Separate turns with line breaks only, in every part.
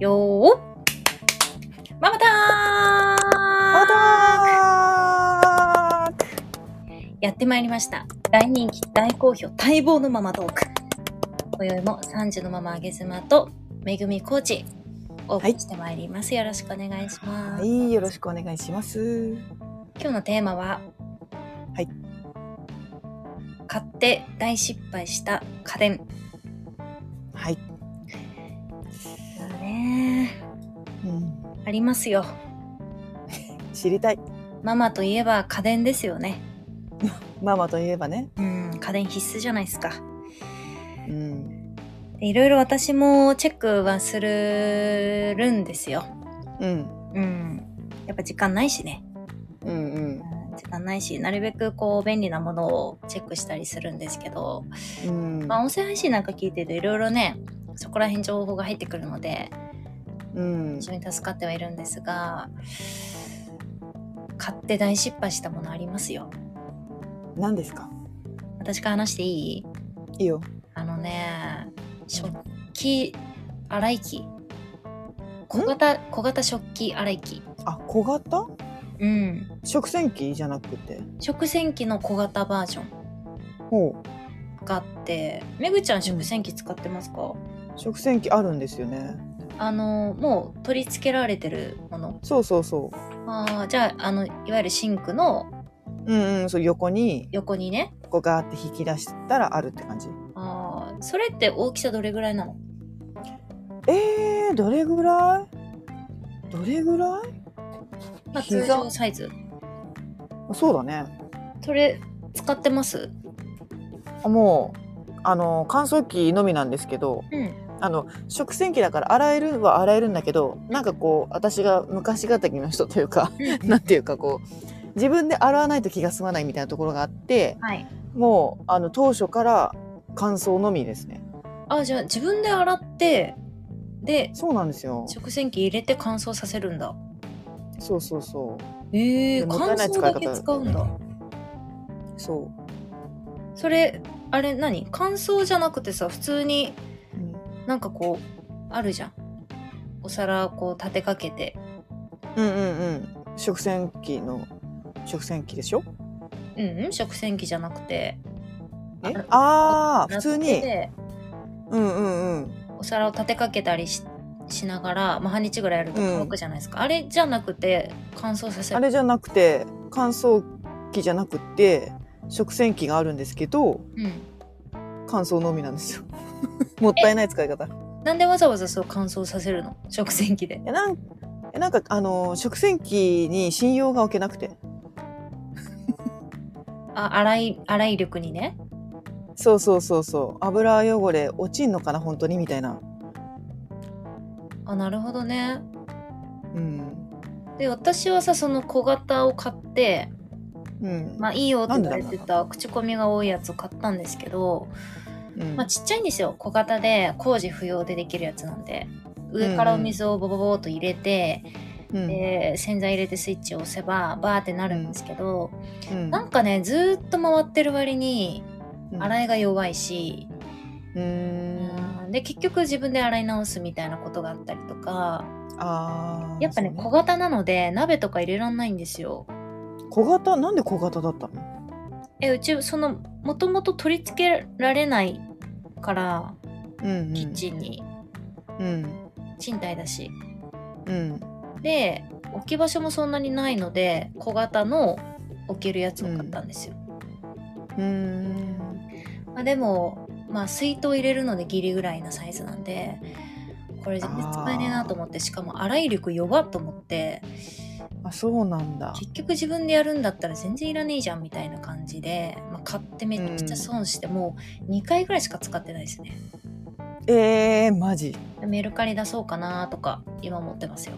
よーママターク
あだ
やってまいりました。大人気、大好評、待望のママトーク。今宵も3時のママあげ妻とめぐみコーチ、お送りしてまいります。よろしくお願いします。
はい、よろしくお願いします。
今日のテーマは、
はい
買って大失敗した家電。
はい。
ね
うん、
ありますよ。
知りたい。
ママといえば家電ですよね。
ママといえばね。
うん、家電必須じゃないですか。
うん。
でいろいろ私もチェックはするるんですよ。
うん。
うん。やっぱ時間ないしね。
うんうん。
うん時間ないし、なるべくこう便利なものをチェックしたりするんですけど、
うん
まあ音声配信なんか聞いてるといろいろね、そこら辺情報が入ってくるので、
うん
非。常に助かってはいるんですが、買って大失敗したものありますよ。
何ですか
私から話していい
いいよ。
あのね、食器洗い機。小型、小型食器洗い機。
あ、小型
うん。
食洗機じゃなくて。
食洗機の小型バージョン
ほ
があってめぐちゃん食洗機使ってますか、
う。食洗機あるんですよね。
あのもう取り付けられてるもの
そうそうそ
あーじゃああのいわゆるシンクの
う。うんうん、そう、横に、
横にね
ここガーって引き出したらあるって感じ。
あーそれって大きさどれぐらいなの
えー、どれぐらいどれぐらい
まあ、
膝
通常サイズ
そうだね。
それ使ってます
あもう、あの、乾燥機のみなんですけど、
うん
あの食洗機だから洗えるは洗えるんだけどなんかこう私が昔敵の人というかなんていうかこう自分で洗わないと気が済まないみたいなところがあって
はい
もうあの当初から乾燥のみですね
あーじゃあ自分で洗ってで
そうなんですよ
食洗機入れて乾燥させるんだ
そうそうそ
えー、
でもった
乾
いない
燥
使い
だ
方
け使うんだ
うそ
それあれ何乾燥じゃなくてさ普通に
う、うん
なんかこうあるじゃんお皿をこう立てかけて
うんうんうん食洗機の食洗機でしょ
うんうん食洗機じゃなくて
え
あ
ああー普通
なっ
に
て
うんうんうん
お皿を立てかけたりししながら、まあ、半日ぐらいやると乾くじゃないですか、あれじゃなくて乾燥させ
あ
る
れじゃなくて乾燥機じゃなくて食洗機があるんですけど
うん
乾燥のみなんで すよもったいない使い方い
なんでわざわざそう乾燥させるの食洗機で
やなんえなんかあの食洗機に信用が置けなくて
あ洗い洗い力にね
そうそうそうそう油汚れ落ちんのかな本当にみたいな
あなるほどね
うん
で私はさその小型を買って
うん、
まあいいよって言われ
なんで
てた
だ
口コミが多いやつを買ったんですけど
うん
まあ、ちっちゃいんですよ小型で工事不要でできるやつなんで上からお水をボボボーっと入れて、
うん
で洗剤入れてスイッチを押せばバーってなるんですけど、
うん
なんかねずーっと回ってる割に
うん
洗いが弱いし、
うーん
うんで結局自分で洗い直すみたいなことがあったりとか
あー
やっぱね
そう
小型なので鍋とか入れらんないんですよ。
小型なんで小型だったの
えうちそのもともと取り付けられないから
うんうん
キッチンに、
うん
賃貸だし
うん
で置き場所もそんなにないので小型の置けるやつを買ったんですよ、
うーん
まあ、でも、まあ、水筒入れるのでギリぐらいなサイズなんでこれ全然使えねえなと思ってしかも洗い力弱っと思って
あそうなんだ
結局自分でやるんだったら全然いらねえじゃんみたいな感じで、まあ、買ってめっちゃ損して、もう2回ぐらいしか使ってないですね
えー、マジ
メルカリ出そうかなとか今思ってますよ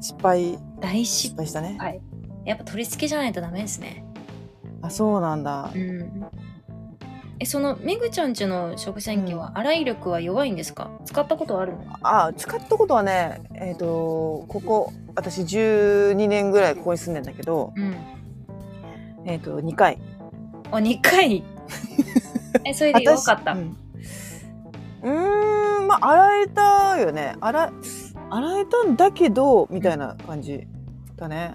失敗
大
失
失
敗したね
敗やっぱ取り付けじゃないとダメですね
あそうなんだ
うんえそのめぐちゃんちの食洗機は洗い力は弱いんですか、使ったことはあるの
あ使ったことはねえっ、とここ私12年ぐらいここに住んでんだけど、
うん
えっと2回
あ2回えそれで弱かった、
私うんうーんままあ洗えたよね洗洗えたんだけどみたいな感じだね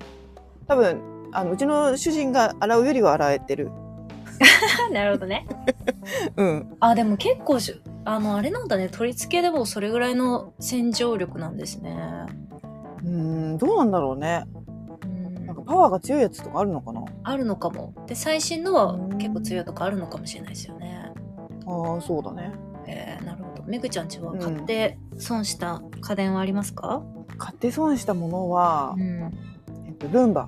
多分あのうちの主人が洗うよりは洗えてる
なるほどね。
うん
あ、でも結構し、あの、あれなんだね。取り付けでもそれぐらいの洗浄力なんですね。
うんどうなんだろうね
うん
なんかパワーが強いやつとかあるのかな
あるのかも。で、最新のは結構強いとかあるのかもしれないですよね。
ああそうだね
えー、なるほど。めぐちゃんちは買って損した家電はありますか、
買って損したものは
う、ん、
えっと、ルンバ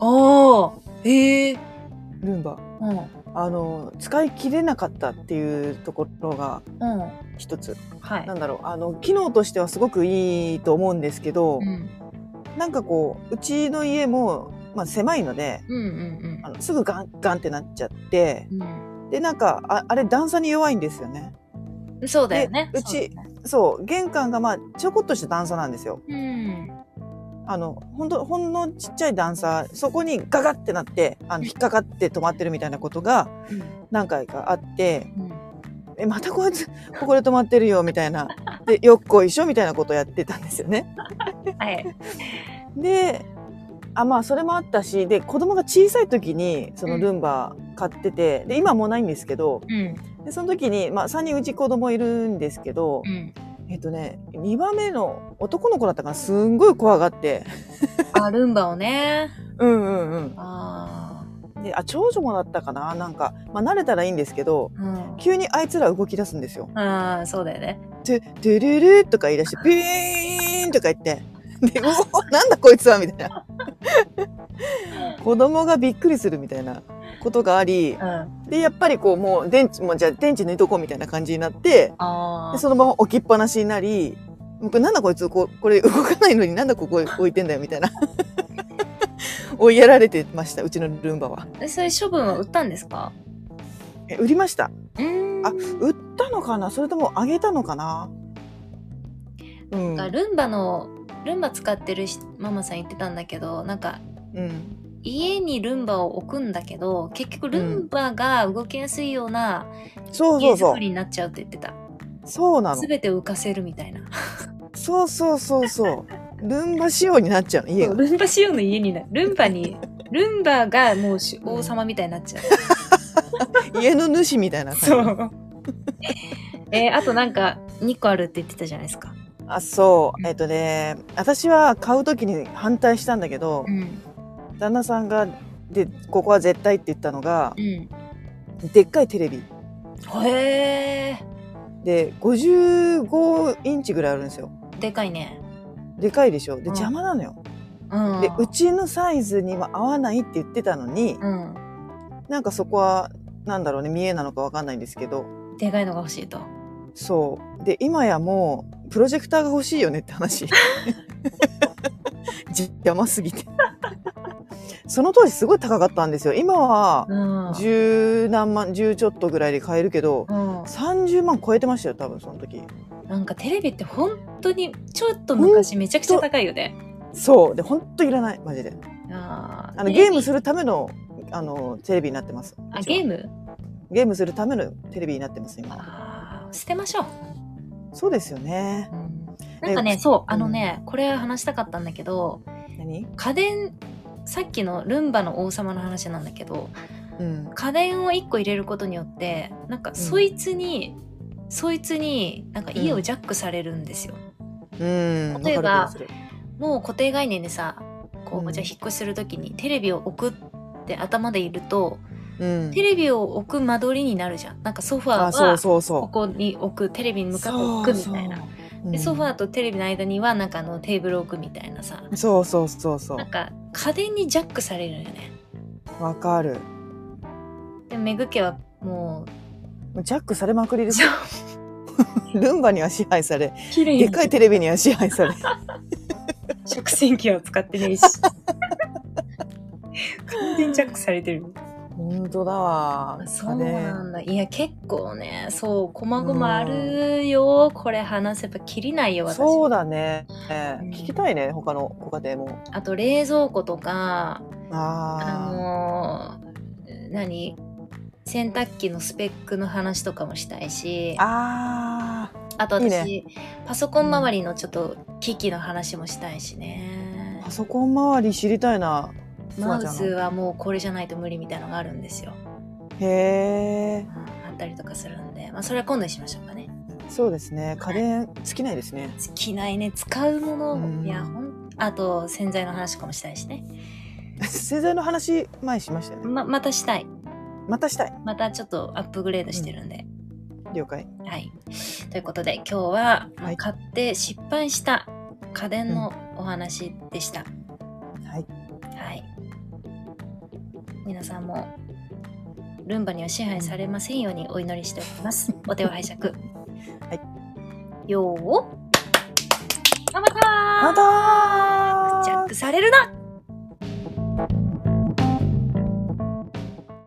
ああ、ええ
ルンバ
うん、
あの使い切れなかったっていうところが
うん、
一つ
はい
な。んだろうあの機能としてはすごくいいと思うんですけど、
うん、
なんかこううちの家も、まあ、狭いので
うん、うん
あのすぐガンガンってなっちゃって
うん、うん。
でなんかああれ段差に弱いんですよね
そうだよね。
でうち
そうだね
そう玄関がまあちょこっとした段差なんですよ
うん。
あのほんとほんのちっちゃい段差そこにガガってなってあの引っかかって止まってるみたいなことが何回かあって
うん。
えまたこいつここで止まってるよみたいなでよっこいしょみたいなことをやってたんですよね。
うん。はい。
であまあそれもあったしで子供が小さい時にそのルンバ買っててで今もうないんですけど
うん、
でその時に、まあ、3人うち子供いるんですけど
うん。
えっとね2番目の男の子だったからすんごい怖がって
あ、ルンバをね。
うんうんうん
あ
であ長女もだったかななんか、まあ、慣れたらいいんですけど
あ。うん。
急にあいつら動き出すんですよ。
ああ、そうだよね。
で「でるる」とか言い出して「ビーン!」とか言って「でうおなんだこいつは」みたいな子供がびっくりするみたいなことがあり
うん。あ
でやっぱりこうもう電池もうじゃあ電池抜いとこうみたいな感じになって
あ
で
ー。
そのまま置きっぱなしになり「もうこれなんだこいつここれ動かないのになんだここ置いてんだよ」みたいな 追いやられてましたうちのルンバは。
えそれ処分は売ったんですか
え売りました
うーん。
あ売ったのかなそれともあげたのかなうん
なんかルンバの、ルンバ使ってるしママさん言ってたんだけど、なんか
うん
家にルンバを置くんだけど、結局ルンバが動きやすいような
そうそ
家
うそ
作
う
りになっちゃうって言ってた。
そうなの
すべてを浮かせるみたいな。
そうそうそう そうルンバ仕様になっちゃうの家が
ルンバ仕様の家になる。ルンバに、ルンバがもうし王様みたいになっちゃう。
家の主みたいな感じ
う。えーあとなんか2個あるって言ってたじゃないですか。
あそうえっとね私は買う時に反対したんだけど
うん。
旦那さんがでここは絶対って言ったのが
うん。
でっかいテレビ
へえ。
で55インチぐらいあるんですよ
でかいね。
でかいでしょで
ん
邪魔なのよ
うん。
でうちのサイズには合わないって言ってたのに
うん。
なんかそこはなんだろうね見えなのかわかんないんですけど
でかいのが欲しいと。
そうで今やもうプロジェクターが欲しいよねって話 じ邪魔すぎてその当時すごい高かったんですよ今は
うん。
十何万十ちょっとぐらいで買えるけど
うん、
30万超えてましたよ多分その時
なんかテレビって本当にちょっと昔めちゃくちゃ高いよね。
そうで本当いらないマジで
あ
あのゲーム
る
するためのあのテレビになってます
あゲー
ム
ム
ゲームするためのテレビになってます今
あー捨てましょう。
そうですよね
なんかねそうあのね、これ話したかったんだけど
何
家電さっきのルンバの王様の話なんだけど
うん
家電を1個入れることによってなんかそいつに、そいつになんか家をジャックされるんですよ。
うん
例えば
わかる気がする
もう固定概念でさこ
う
うんじゃあ引っ越しする時にテレビを置くって頭でいると
うん
テレビを置く間取りになるじゃん。なんかソファー
あそう
は
そうそう
ここに置くテレビに向かって置くみたいな。
そう
でソファ
ー
ーとテレビの間にはなんかあのテーブル置くみたいなさ
そうそうそうそ
なんか家電にジャックされるよね
うわかる
でもメグ家はも
ジャックされまくり ですよルンバには支配され
う綺麗
でかいテレビには支配 され
食洗機は使って ねえし完全にジャックされてる
本当だわ
そう
ね
なんだいや結構ねそうこまごまあるよ、これ話せばきりないよ私
そうだね、ね
うん
聞きたいね他のご家庭も
あと冷蔵庫とかあ
あ
のー何洗濯機のスペックの話とかもしたいし
ーあー
あと私
いいね
パソコン周りのちょっと機器の話もしたいしね
パソコン周り知りたいな。す
マ
わち
ウ
ゃん
ス
の
はもうこれじゃないと無理みたいのがあるんですよ
へえ。
あったりとかするんで、まあ、それは今度にしましょうかね
そうですね。家電尽きないですね。
好きないね使うもの、
うん
いやほんあと洗剤の話とかもしたいしね
洗剤の話前しましたよね。
ままたしたい
またしたい。
またちょっとアップグレードしてるんで、
了解。
はいということで今日は、まあ
はい
買って失敗した家電のお話でした、
はい。
はい。皆さんもルンバには支配されませんようにお祈りしております。お手を拝 借。はい。よー。あ、またー
またー
ジャックされるな